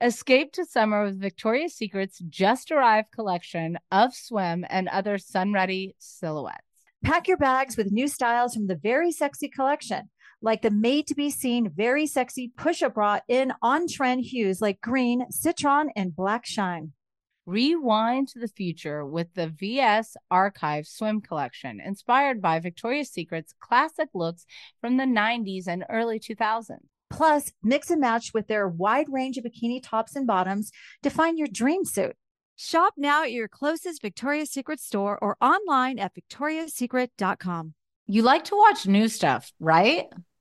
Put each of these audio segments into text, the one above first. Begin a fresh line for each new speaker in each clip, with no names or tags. Escape to summer with Victoria's Secret's just arrived collection of swim and other sun ready silhouettes.
Pack your bags with new styles from the Very Sexy collection, like the made to be seen Very Sexy push up bra in on trend hues like green, citron, and black shine.
Rewind to the future with the VS Archive swim collection, inspired by Victoria's Secret's classic looks from the 90s and early 2000s.
Plus, mix and match with their wide range of bikini tops and bottoms to find your dream suit.
Shop now at your closest Victoria's Secret store or online at victoriassecret.com.
You like to watch new stuff, right?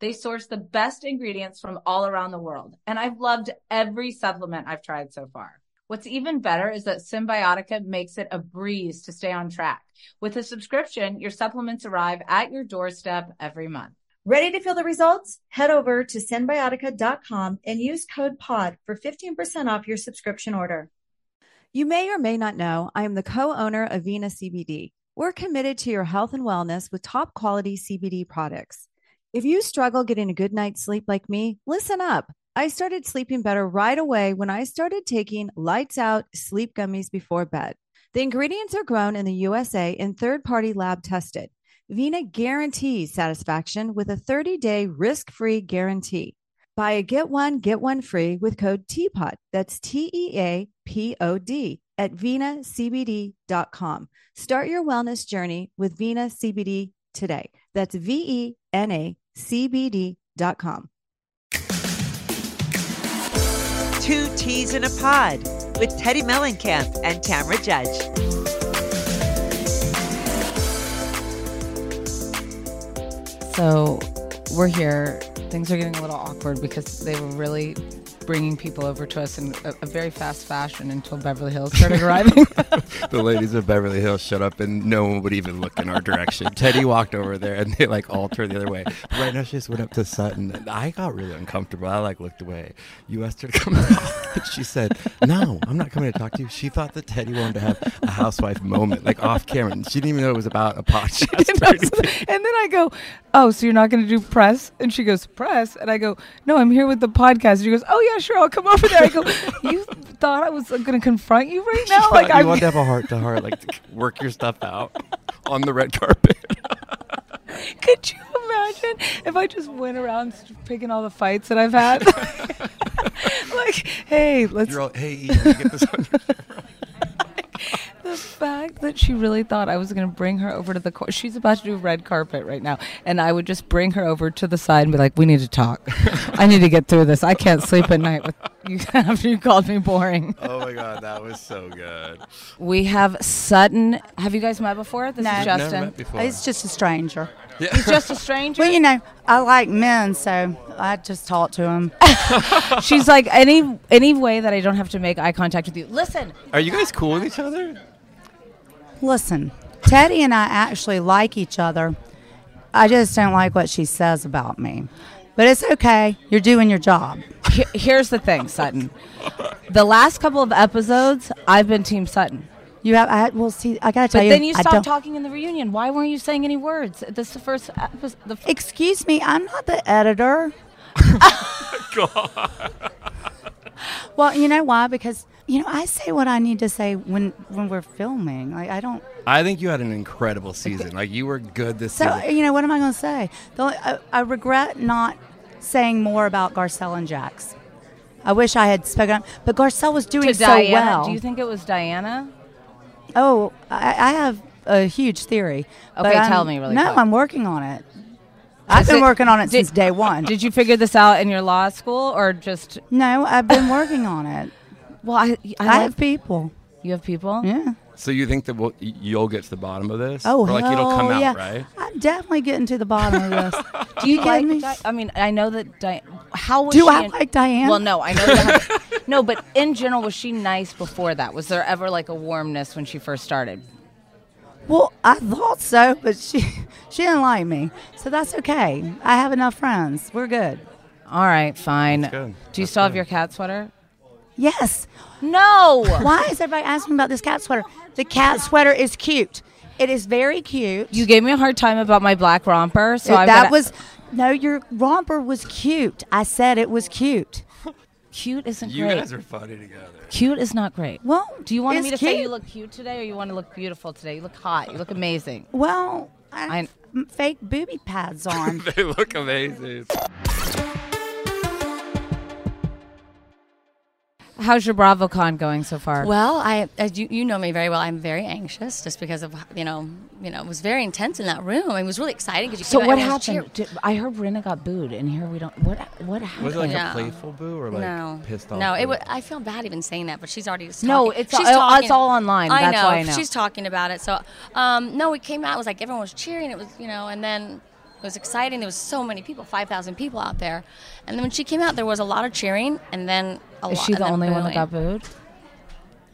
They source the best ingredients from all around the world, and I've loved every supplement I've tried so far. What's even better is that Symbiotica makes it a breeze to stay on track. With a subscription, your supplements arrive at your doorstep every month.
Ready to feel the results? Head over to symbiotica.com and use code POD for 15% off your subscription order.
You may or may not know, I am the co owner of Vena CBD. We're committed to your health and wellness with top quality CBD products. If you struggle getting a good night's sleep like me, listen up. I started sleeping better right away when I started taking lights out sleep gummies before bed. The ingredients are grown in the USA and third party lab tested. Vena guarantees satisfaction with a 30 day risk free guarantee. Buy a get one, get one free with code TEAPOT. That's T E A P O D at venacbd.com. Start your wellness journey with Vena CBD today. That's V E N A C B D.com.
Two Teas in a Pod with Teddy Mellencamp and Tamra Judge.
So we're here. Things are getting a little awkward because they were really bringing people over to us in a, a very fast fashion until Beverly Hills started arriving.
the ladies of Beverly Hills showed up and no one would even look in our direction. Teddy walked over there and they like all turned the other way. But right now she just went up to Sutton and I got really uncomfortable. I like looked away. You asked her to come out. she said, No, I'm not coming to talk to you. She thought that Teddy wanted to have a housewife moment, like off camera. And she didn't even know it was about a podcast. or anything.
And then I go, Oh, so you're not going to do press? And she goes, Press? And I go, No, I'm here with the podcast. And she goes, Oh, yeah, sure, I'll come over there. I go, You thought I was going to confront you right now? Like,
Like, you
I'm.
wanted to have a heart to heart, like to work your stuff out on the red carpet.
Could you imagine if I just went around st- picking all the fights that I've had? like, hey, let's.
You're all, hey, Ian, you get this on your
The fact that she really thought I was going to bring her over to the. Cor- She's about to do red carpet right now. And I would just bring her over to the side and be like, we need to talk. I need to get through this. I can't sleep at night with you after you called me boring.
Oh my god, that was so good.
We have Sutton. Have you guys met before? This is
Never
Justin.
met before.
He's just a stranger.
He's just a stranger.
Well, you know, I like men, so I just talk to him.
She's like any any way that I don't have to make eye contact with you. Listen,
Are you guys cool with each other?
Listen, Teddy and I actually like each other. I just don't like what she says about me. But it's okay. You're doing your job.
he- here's the thing, Sutton. The last couple of episodes, I've been Team Sutton.
You have. I, well, see, I gotta tell
But
you.
then you
I
stopped
don't-
talking in the reunion. Why weren't you saying any words? This is the first episode. The f-
Excuse me, I'm not the editor. Well, you know why? Because you know, I say what I need to say when when we're filming. Like I don't.
I think you had an incredible season. Like you were good this
So
season.
you know, what am I gonna say? The only, I, I regret not saying more about Garcelle and Jax. I wish I had spoken up, but Garcelle was doing
to
so
Diana.
well.
Do you think it was Diana?
Oh, I, I have a huge theory.
Okay,
I'm-
tell me really
No,
quick.
I'm working on it. I've
Is
been
it-
working on it
did-
since day one.
Did you figure this out in your law school or just?
no, I've been working on it.
Well, I, I,
I
like-
have people.
you have people.
Yeah.
So you think that we'll, y- you'll get to the bottom of this?
Oh,
or like it'll come
hell
out,
yeah.
right?
I'm definitely getting to the bottom of this. Do you
Like,
kidding me?
Di- I mean, I know that. Di- how was
Do
she
I
in-
like Diane?
Well, no, I know. That no, but in general, was she nice before that? Was there ever like a warmness when she first started?
Well, I thought so, but she she didn't like me, so that's okay. I have enough friends. We're good.
All right, fine.
That's good.
Do you
That's
still have
good.
your cat sweater?
Yes.
No.
Why is everybody asking about this cat sweater? The cat sweater is cute. It is very cute.
you gave me a hard time about my black romper, so
If
I'm
that
gonna-
was no. Your romper was cute. I said it was cute.
cute. Isn't
You
great.
guys are funny together.
cute is not great.
Well,
Do you want
it's
me to say
cute.
you look cute today, or you want to look beautiful today? You look hot. You look amazing.
Well, I,
I-
have m- fake booby pads on.
They look amazing.
How's your BravoCon going so far?
Well, I as you, you know me very well, I'm very anxious just because of you know you know it was very intense in that room. It was really exciting because you
so
came out,
what
everyone was
happened? Did, I heard Renna got booed, and here we don't. What what happened?
Was it like
No.
a playful boo or like
cheering- no,
pissed off?
No, it
boo?
was, I feel bad even saying that, but she's already just
No,
talking-
it's all-
she's
it's
talking-
all online,
I
that's
know,
why I know.
she's talking about it. So um, no, it came out. It was like everyone was cheering. It was you know, and then it was exciting. There was so many people, five thousand people out there, and then when she came out, there was a lot of cheering, and then a
Is
lot.
she
and
the
then
only one that
booing.
got booed?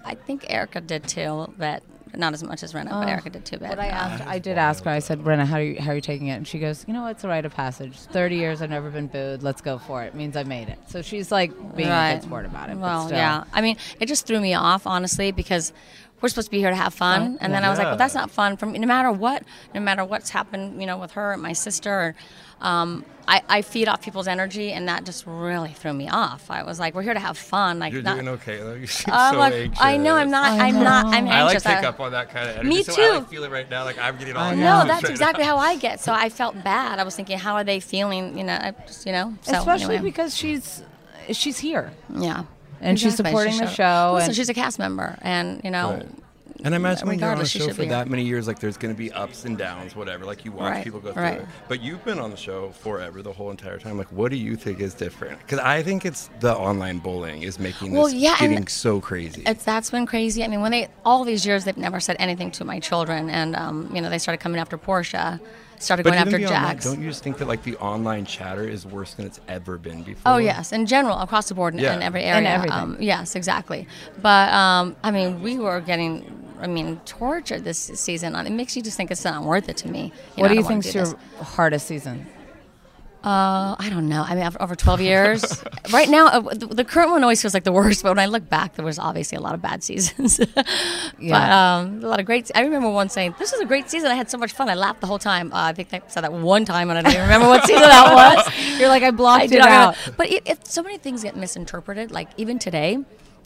I think Erica did too, a little bit. Not as much as Renna,
Oh.
but Erica did too. But uh,
I asked, Um, I did ask her. I said, "Brenna, how are you how are you taking it?" And she goes, "You know, it's a rite of passage. Thirty years, I've never been booed. Let's go for it. it means I made it." So she's like being a
Right.
good sport about it.
Well,
but still.
yeah. I mean, it just threw me off, honestly, because we're supposed to be here to have fun, and then I was like, "Well, that's not fun for me. No matter what, no matter what's happened, you know, with her and my sister, um, I, I feed off people's energy, and that just really threw me off. I was like, "We're here to have fun, like
You're
not."
doing okay. Though. You seem
I'm
so
like,
anxious.
I know I'm not. I'm not. I'm
I like
anxious.
pick up on that kind of energy.
Me
So I
too.
like feel it right now. Like I'm getting all.
no,
anxious
that's
right
exactly
now.
how I get. So I felt bad. I was thinking, how are they feeling? You know, I just, you know. So
especially
anyway,
because she's she's here
yeah.
and she's
Exactly. She
supporting the
showed-
show.
Listen,
and
she's a cast member, and you know,
Right. And I imagine when you're on a
Oh, regardless, she
show
should
for
be
that
here.
many years, like there's going to be ups and downs, whatever. Like you watch
Right,
people go through
right.
it. But you've been on the show forever, the whole entire time. Like, what do you think is different? Because I think it's the online bullying is making
Well,
this
yeah, and
getting so crazy.
it's that's been crazy. I mean, when they all these years they've never said anything to my children, and um, you know they started coming after Portia, started
but
going
even
after
beyond that,
Jax.
don't you just think that like the online chatter is worse than it's ever been before?
Oh yes, in general, across the board, in,
Yeah.
in every
In
area.
everything.
Um, yes, exactly. But um, I mean, we were getting. I mean, tortured this season. On it makes you just think it's not worth it to me. know, I
what do you
don't wanna
think's
do
your
this.
hardest season?
Uh, I don't know. I mean, after over 12 years. right now, uh, the, the current one always feels like the worst, but when I look back, there was obviously a lot of bad seasons. But
Yeah.
um, a lot of great. I remember one saying, This is a great season. I had so much fun. I laughed the whole time. Uh, I think I said that one time, and I don't even remember what season that was.
You're like I blocked
I
it
did
out.
not remember. But it, it, so many things get misinterpreted. Like even today,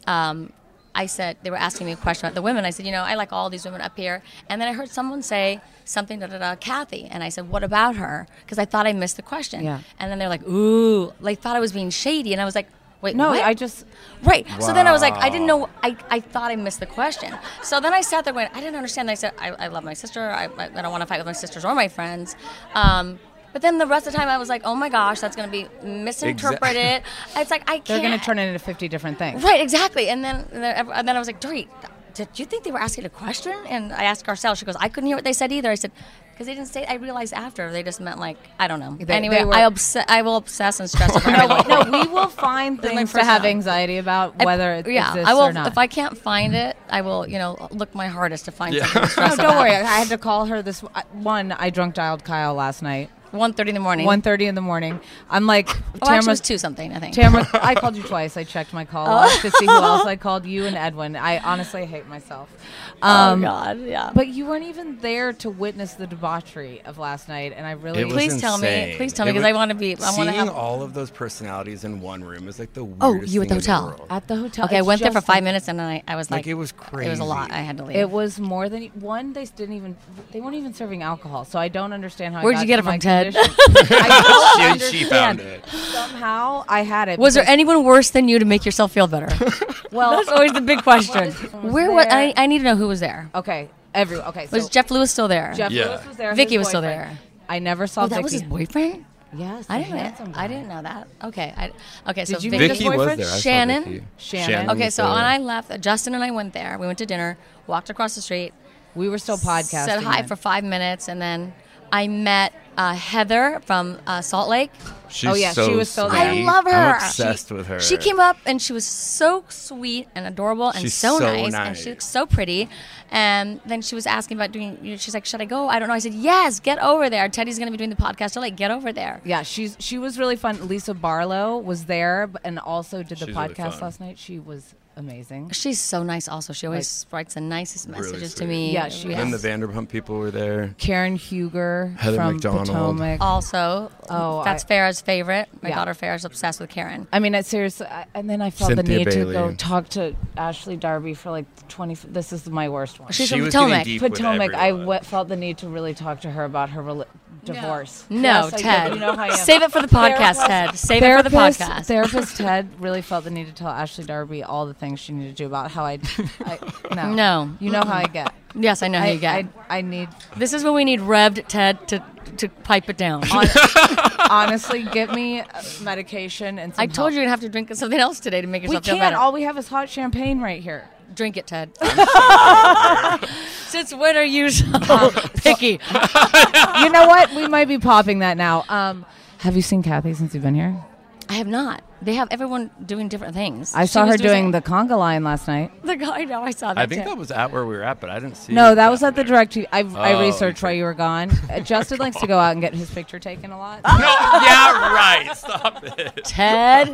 um, I said they were asking me a question about the women. I said, you know, I like all these women up here, and then I heard someone say something da da da Kathy, and I said, what about her? Because I thought I missed the question.
Yeah.
And then they're like, ooh, like thought I was being shady, and I was like. Wait,
No,
what?
I just-
right. So then I was like, I didn't know. I, I thought I missed the question. So then I sat there going, I didn't understand. I said, I, I love my sister. I, I I don't want to fight with my sisters or my friends. Um, but then the rest of the time I was like, oh my gosh, that's going to be misinterpreted. It's like I can't.
They're going to turn it into 50 different things.
Right, exactly. And then and then, ev- and then I was like, Dory, did you think they were asking a question? And I asked Garcelle. She goes, I couldn't hear what they said either. I said, because they didn't say. I realized after they just meant like I don't know.
They-
anyway,
they were-
I obs- I will obsess and stress about everything.
no, we will find
This is my
things to
first
have
time.
anxiety about
I-
whether it
yeah,
exists
I will.
or not.
If I can't find it, I will. You know, look my hardest to find
Yeah.
something to
no,
stress
don't worry. I had to call her this I- one. I drunk dialed Kyle last night,
One thirty in the morning.
1.30 in the morning. I'm like,
Oh, actually, it was
Tamara's-
two Oh. something. I think.
Tamara, I called you twice. I checked my call log to see who else I called. You and Edwin. I honestly hate myself. Um,
oh God, yeah.
But you weren't even there to witness the debauchery of last night, and I really
It was
Please tell me-
insane.
please tell
It
me, 'cause
was-
I wanna be- I wanna
seeing
have-
all of those personalities in one room is like the weirdest
Oh, you at the
thing in
hotel.
world.
at the hotel.
okay, I
it's
went there for
just-
five minutes and then I, I was
Like,
like,
it was
It was
crazy.
a lot. I had to leave.
It was more than e, one. They didn't even. They weren't even serving alcohol, so I don't understand how. I
Where'd
got
you get
to
it
my
from, Ted?
condition. I don't
She- she found
understand.
it.
Somehow I had it.
Was there
because-
anyone worse than you to make yourself feel better?
Well,
That's always the big question.
What is-
Where was
there-
I? I need to know who was there.
okay. everyone. Okay, so
Was Jeff Lewis still there?
Jeff
Yeah.
Lewis was there.
Vicky
his
was still
boyfriend.
there.
I never saw
Oh, that
Vicky.
was his boyfriend.
Yes,
I
the
didn't.
handsome
I
guy.
didn't know that. Okay. I, okay.
Did
so
you meet his
Vicky's
Vicky was
boyfriend?
there. I saw
Shannon?
Vicky.
Shannon.
Okay,
was
so when
there.
I left, Justin and I went there. We went to dinner, walked across the street,
We were still podcasting.
said hi
then.
for five minutes, and then I met uh, Heather from uh, Salt Lake.
She's
Oh, yeah,
so
she was so
sweet.
there.
I love her.
I'm obsessed
She-
with her.
She came up and she was so sweet and adorable and
She's
so,
so
nice, and
nice.
she looked so pretty. And then she was asking about doing. You know, she's like, "Should I go?" I don't know. I said, "Yes, get over there. Teddy's going to be doing the podcast." I'm like, "Get over there."
Yeah, she's she was really fun. Lisa Barlow was there b- and also did the
She's really
podcast
fun.
last night. She was amazing.
She's so nice. Also, she always writes the nicest
Really
messages to
sweet.
me.
Yeah, she
And the Vanderpump people were there.
Karen Huger
Heather
from
McDonald.
Potomac.
Also,
Oh,
that's
I-
Farah's favorite. My
Yeah.
daughter Farah's obsessed with Karen.
I mean, I seriously. I, and then I felt the
Cynthia
need to
Bailey.
go talk to Ashley Darby for like twenty. This is my worst one.
She's
She
from
was getting
Potomac.
deep with
Potomac. I
everyone.
w- felt the need to really talk to her about her rela- divorce.
No,
Yes, I did.
Ted.
You know how I am.
Save it for the podcast, Ted. Save it for the
Therapist-
podcast.
Therapist Ted really felt the need to tell Ashley Darby all the things she needed to do about how I. I no.
No.
You know how I get.
yes, I know who
I,
you get.
I, I need
this is when we need revved Ted to to pipe it down.
honestly get me uh, medication and. Some
I told you
help.
you'd have to drink something else today to make
we
yourself feel
can't.
better.
All we have is hot champagne right here.
drink it, Ted. Since when are you so picky?
you know what? We might be popping that now. Um, have you seen Kathy since you've been here?
I have not. They have everyone doing different things.
I
She
saw
was
her doing the conga line last night.
the guy. Now I saw that.
I think
too.
that was at where we were at, but I didn't see.
No, that was at the
there.
direct. I, I
Oh,
researched while
okay.
you were gone. Uh, Justin likes to go out and get his picture taken a lot.
No, yeah, right. Stop it.
Ted.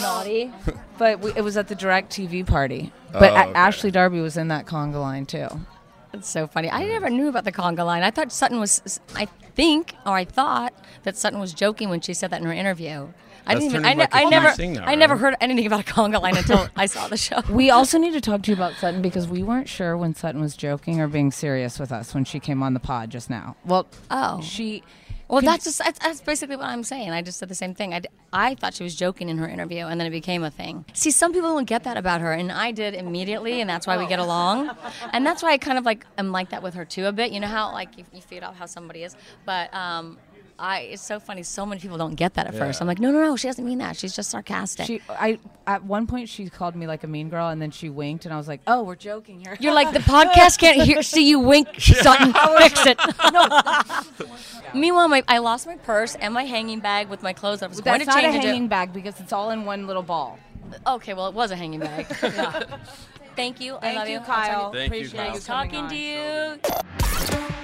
Naughty.
But we, it was at the direct TV party. But
Oh,
A-
okay.
Ashley Darby was in that conga line too.
That's so funny. I never knew about the conga line. I thought Sutton was, I think, or I thought that Sutton was joking when she said that in her interview. I
That's
didn't even.
turning
I, ne-
back
I
into
never.
sing now,
I never
right?
heard anything about a conga line until I saw the show.
We also need to talk to you about Sutton because we weren't sure when Sutton was joking or being serious with us when she came on the pod just now. Well,
Oh.
she.
Well,
could-
that's just that's, that's basically what I'm saying. I just said the same thing. I, d- I thought she was joking in her interview, and then it became a thing. See, some people don't get that about her, and I did immediately, and that's why we get along, and that's why I kind of like am like that with her too a bit. You know how like you, you feed off how somebody is, but um, I it's so funny. So many people don't get that at first. I'm like, no, no, no, she doesn't mean that. She's just sarcastic.
She, I at one point she called me like a mean girl, and then she winked, and I was like, "Oh, we're joking here."
You're like the podcast can't hear. See you wink, Sutton. Fix it. Meanwhile, my, I lost my purse and my hanging bag with my clothes. I was going
That's
to
not
change
a
into.
hanging bag because it's all in one little ball.
Okay, well, it was a hanging bag. Thank you. I love you,
Kyle.
Thank you,
Appreciate
Kyle.
you coming
Talking
on.
to you.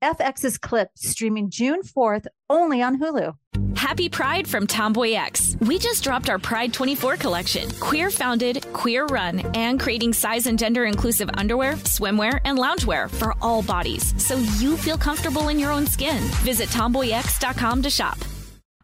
FX's Clipped, streaming June 4th only on Hulu.
Happy Pride from Tomboy X. We just dropped our Pride 24 collection. Queer founded, queer run, and creating size and gender inclusive underwear, swimwear, and loungewear for all bodies so you feel comfortable in your own skin. Visit tomboyx.com to shop.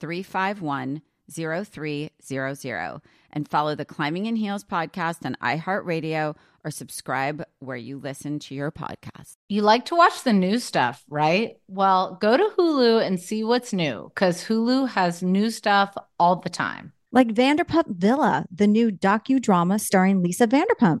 351 0300 and follow the Climbing in Heels podcast on iHeartRadio or subscribe where you listen to your podcast.
You like to watch the new stuff, right? Well, go to Hulu and see what's new because Hulu has new stuff all the time.
Like Vanderpump Villa, the new docudrama starring Lisa Vanderpump.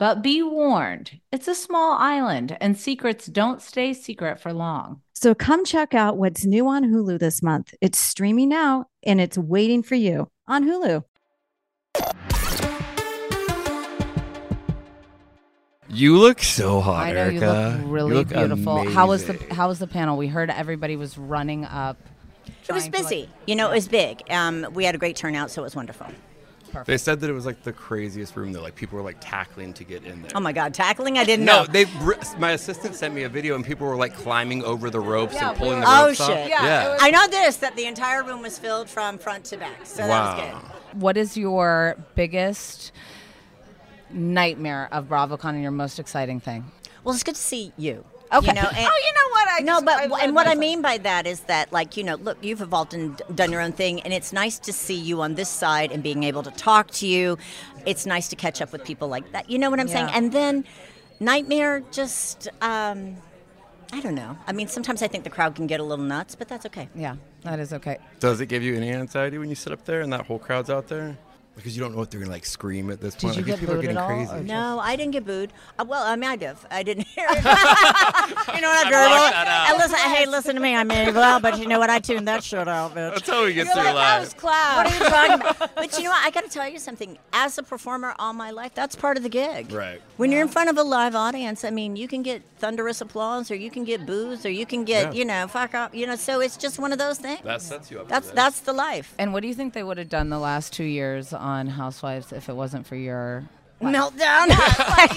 But be warned, it's a small island and secrets don't stay secret for long.
So come check out what's new on Hulu this month. It's streaming now and it's waiting for you on Hulu.
You look so hot,
I know
Erica.
you look really
You look
beautiful. How was the
amazing.
How was the panel? We heard everybody was running up.
It was busy. You know, it was big. Um, we had a great turnout, so it was wonderful.
They said that it was like the craziest room though. Like people were like tackling to get in there.
Oh my God, tackling! I didn't
no,
know.
they. br- My assistant sent me a video, and people were like climbing over the ropes
Yeah,
and pulling the
oh
ropes
shit!
off.
I know this that the entire room was filled from front to back, so that was
What is your biggest nightmare of BravoCon and your most exciting thing?
good. Well, it's good to see you.
Okay.
You know, and,
Oh, you know
what? I no, but and what I
myself.
mean by that is that, like, you know, look, you've evolved and d- done your own thing, and it's nice to see you on this side and being able to talk to you. It's nice to catch up with people like that. You know what I'm saying?
Yeah.
And then nightmare, just um, I don't know. I mean, sometimes I think the crowd can get a little nuts, but that's okay.
Yeah, that is okay.
Does it give you any anxiety when you sit up there and that whole crowd's out there? Because you don't know what they're gonna like scream at this point.
you
like, these
get
people are
booed at
getting
all,
crazy.
or
No, I didn't get booed. Uh, well, I mean, I did. I didn't hear it. you know what I drove
blocked that out.
And listen, hey, listen to me. I mean, well, but you know what? I tuned that shit out, bitch.
That's how we get
You're
through
like, "Oh,
life.
What are you talking about? But you know what? I got to tell you something. As a performer all my life, that's part of the gig.
Right.
When you're in front of a live audience, I mean, you can get thunderous applause, or you can get boos, or you can get,
Yeah.
you know, fuck up, you know. So it's just one of those things.
That sets you up.
That's that's the life.
And what do you think they would have done the last two years on Housewives if it wasn't for your
meltdown?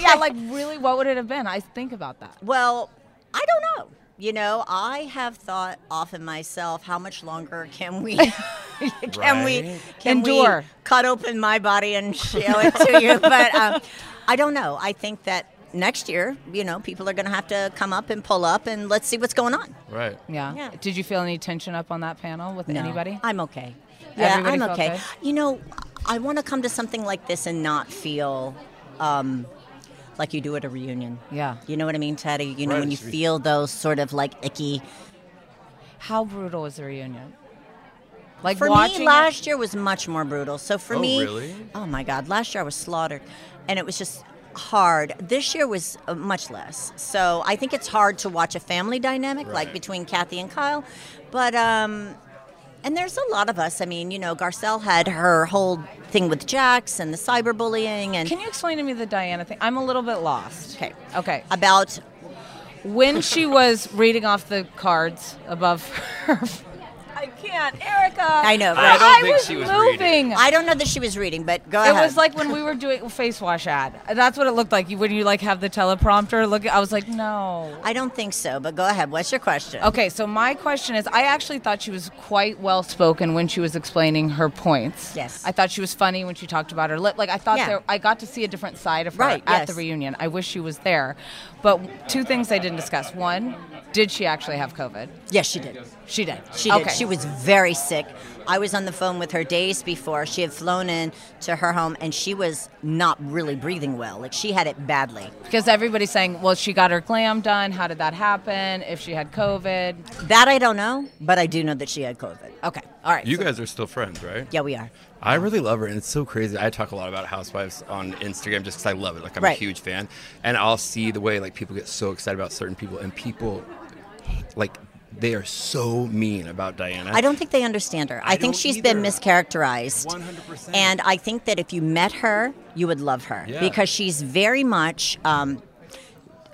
yeah, like really, what would it have been? I think about that.
Well, I don't know. You know, I have thought often myself, how much longer can we can we
Right.
can
Endure.
We cut open my body and show it to you? But um, I don't know. I think that next year, you know, people are going to have to come up and pull up, and let's see what's going on.
Right.
Yeah.
Yeah.
Did you feel any tension up on that panel with
No,
anybody?
I'm okay. Yeah,
Everybody
I'm
felt
okay.
good?
You know, I want to come to something like this and not feel um, like you do at a reunion.
Yeah.
You know what I mean, Teddy? You know,
Right,
when you
it's-
feel those sort of like icky.
How brutal was the reunion? Like
for
watching
me,
it-
last year was much more brutal. So for
Oh,
me,
really?
oh my God, last year I was slaughtered, and it was just hard. This year was uh, much less. So I think it's hard to watch a family dynamic like
Right.
between Kathy and Kyle, but um, and there's a lot of us. I mean, you know, Garcelle had her whole thing with Jax and the cyberbullying, and
Can you explain to me the Diana thing? I'm a little bit lost.
Okay.
Okay.
About
when she was reading off the cards above her. I can't, Erica.
I know.
I
right?
don't I think was she was reading. moving.
I don't know that she was reading, but go
It
ahead.
was like when we were doing face wash ad. That's what it looked like. You when you like have the teleprompter. Look, I was like, no.
I don't think so. But go ahead. What's your question?
Okay, so my question is I actually thought she was quite well spoken when she was explaining her points.
Yes.
I thought she was funny when she talked about her lip. Like I thought
Yeah.
there I got to see a different side of her
Right,
at
yes.
the reunion. I wish she was there. But two things I didn't discuss. One, did she actually have COVID?
Yes, she did.
She did.
She did.
Okay.
She was very sick. I was on the phone with her days before. She had flown in to her home and she was not really breathing well. Like she had it badly.
Because everybody's saying, well, she got her glam done. How did that happen? If she had COVID?
That I don't know, but I do know that she had COVID. Okay. All right.
You
so-
guys are still friends, right?
Yeah, we are.
I really love her, and it's so crazy. I talk a lot about Housewives on Instagram just because I love it. Like I'm a
Right.
huge fan, and I'll see the way like people get so excited about certain people, and people like they are so mean about Diana.
I don't think they understand her. I, think she's been mischaracterized. 100%. And I think that if you met her, you would love her
Yeah.
because she's very much um,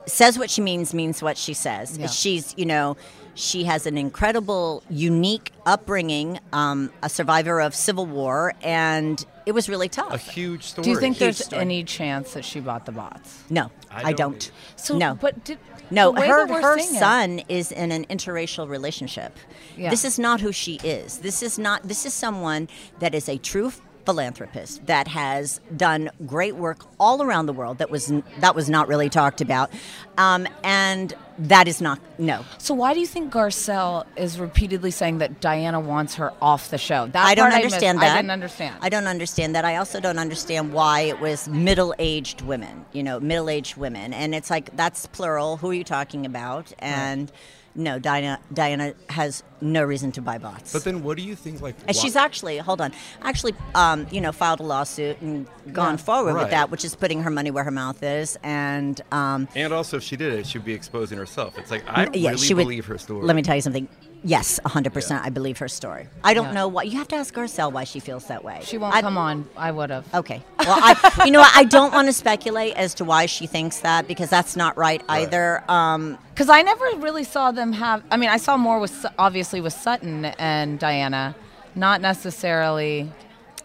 says what she means, means what she says.
Yeah.
She's, you know, she has an incredible, unique upbringing, um, a survivor of Civil War, and it was really tough. A
huge story.
Do you think there's any chance that she bought the bots?
No, I, don't.
So,
no.
but did,
No,
the way
her
that we're
her
seeing it-
son is in an interracial relationship.
Yeah.
This is not who she is. This is not. This is someone that is a true philanthropist that has done great work all around the world. That was that was not really talked about, um, and that is not no.
So why do you think Garcelle is repeatedly saying that Diana wants her off the show? That
I don't
part missed.
understand
I
that.
didn't understand.
I don't understand that. I also don't understand why it was middle-aged women. You know, middle-aged women, and it's like that's plural. Who are you talking about? And no, Diana Diana has no reason to buy bots.
But then, what do you think? Like,
And she's
why-
actually, hold on, actually, um, you know, filed a lawsuit and gone
Yeah.
forward
Right.
with that, which is putting her money where her mouth is. And um,
And also, if she did it, she'd be exposing herself. It's like I
yeah,
really
she would.
believe her story.
Let me tell you something. Yes, 100%. I believe her story. I don't
Yeah.
know why. You have to ask Garcelle why she feels that way.
She won't
I- Oh.
come on. I would have.
Okay. Well, I, you know what? I don't want to speculate as to why she thinks that because that's not right, either. Um,
Because I never really saw them have. I mean, I saw more with Su- obviously with Sutton and Diana, not necessarily.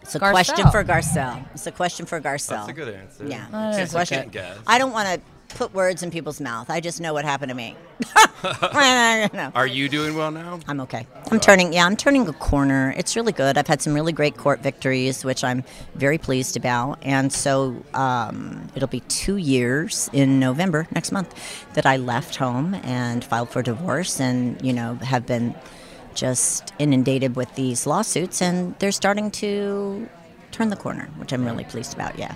It's a question for Garcelle. It's a question for Garcelle.
That's a good answer.
Yeah.
That
It's a
is a
question.
good guess.
I don't want to put words in people's mouth. I just know what happened to me. no.
Are you doing well now?
I'm okay. I'm turning, yeah, I'm turning a corner. It's really good. I've had some really great court victories, which I'm very pleased about. And so um, it'll be two years in November next month that I left home and filed for divorce, and you know have been just inundated with these lawsuits, and they're starting to turn the corner, which I'm really pleased about. Yeah.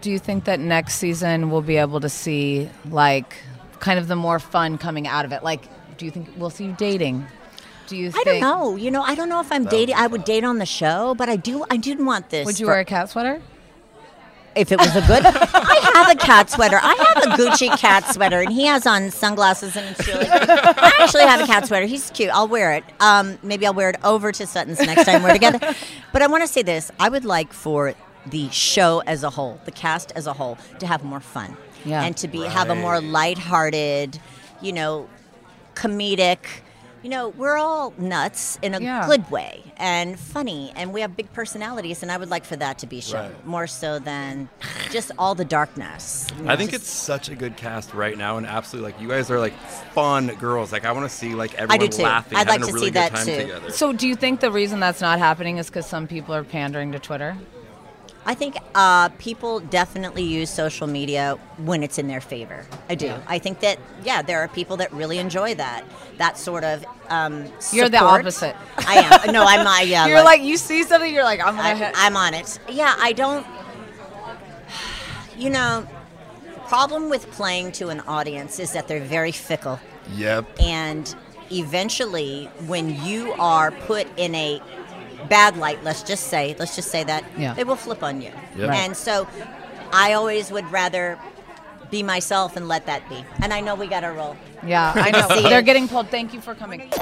Do you think that next season we'll be able to see like kind of the more fun coming out of it? Like, do you think we'll see you dating? Do you?
I
think,
don't know. You know, I don't know if I'm
That
dating. I would date on the show, but I do. I did want this.
Would you
for-
wear a cat sweater?
if it was a good. I have a cat sweater. I have a Gucci cat sweater, and he has on sunglasses and it's really. I actually have a cat sweater. He's cute. I'll wear it. Um, maybe I'll wear it over to Sutton's next time we're together. But I want to say this. I would like for the show as a whole, the cast as a whole, to have more fun
Yeah.
and to be have a more
Right.
lighthearted, you know, comedic. You know, we're all nuts in a
Yeah.
good way and funny, and we have big personalities, and I would like for that to be shown
Right.
more so than just all the darkness. you know,
I think
just-
it's such a good cast right now, and absolutely, like you guys are like fun girls. Like I want to see like
I
everyone
do too.
laughing,
I'd like
having
to
a really
see
good
that
time
too.
together.
So, do you think the reason that's not happening is because some people are pandering to Twitter?
I think uh, people definitely use social media when it's in their favor. I do.
Yeah.
I think that yeah, there are people that really enjoy that that sort of. Um,
You're the
support.
opposite.
I am. No, I'm. I, yeah,
You're
look.
like you see something, you're like, I'm gonna. hit.
I'm on it. Yeah, I don't. You know, problem with playing to an audience is that they're very fickle,
Yep.
and eventually, when you are put in a bad light, let's just say, let's just say that
Yeah.
they will flip on you.
Yep. Right.
And so, I always would rather be myself and let that be. And I know we got to roll.
Yeah, I
See
know.
it.
They're getting pulled. Thank you for coming.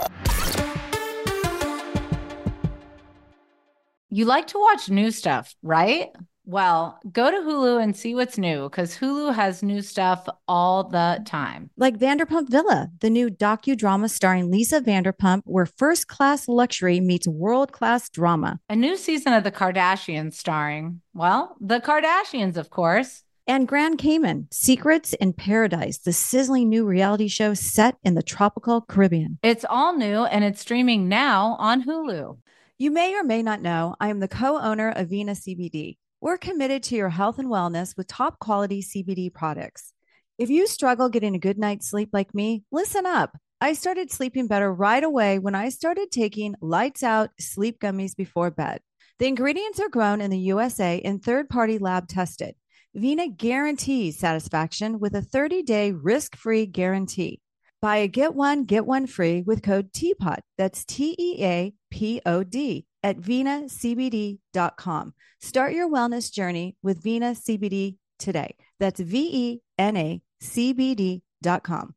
You like to watch new stuff, right? Well, go to Hulu and see what's new because Hulu has new stuff all the time.
Like Vanderpump Villa, the new docudrama starring Lisa Vanderpump, where first class luxury meets world class drama.
A new season of The Kardashians starring, well, The Kardashians, of course.
And Grand Cayman, Secrets in Paradise, the sizzling new reality show set in the tropical Caribbean.
It's all new and it's streaming now on Hulu.
You may or may not know, I am the co owner of Vena CBD. We're committed to your health and wellness with top quality CBD products. If you struggle getting a good night's sleep like me, listen up. I started sleeping better right away when I started taking lights out sleep gummies before bed. The ingredients are grown in the USA and third party lab tested. Vina guarantees satisfaction with a 30 day risk free guarantee. Buy a get one, get one free with code TEAPOT. That's T E A P O D at E venacbd.com. Start your wellness journey with E Vina CBD today. That's V E N A C B D.com.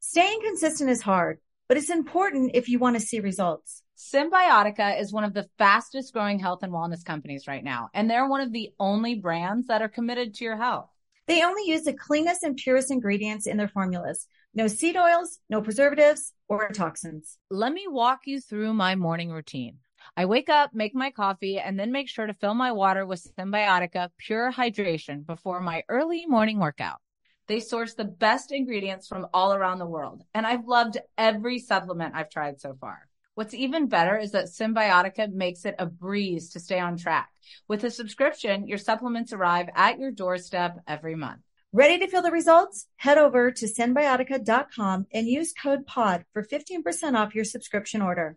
Staying consistent is hard, but it's important if you want to see results.
Symbiotica is one of the fastest growing health and wellness companies right now, and they're one of the only brands that are committed to your health.
They only use the cleanest and purest ingredients in their formulas no seed oils, no preservatives, or toxins.
Let me walk you through my morning routine. I wake up, make my coffee, and then make sure to fill my water with Symbiotica Pure Hydration before my early morning workout. They source the best ingredients from all around the world, and I've loved every supplement I've tried so far. What's even better is that Symbiotica makes it a breeze to stay on track. With a subscription, your supplements arrive at your doorstep every month.
Ready to feel the results? Head over to symbiotica.com and use code POD for 15% off your subscription order.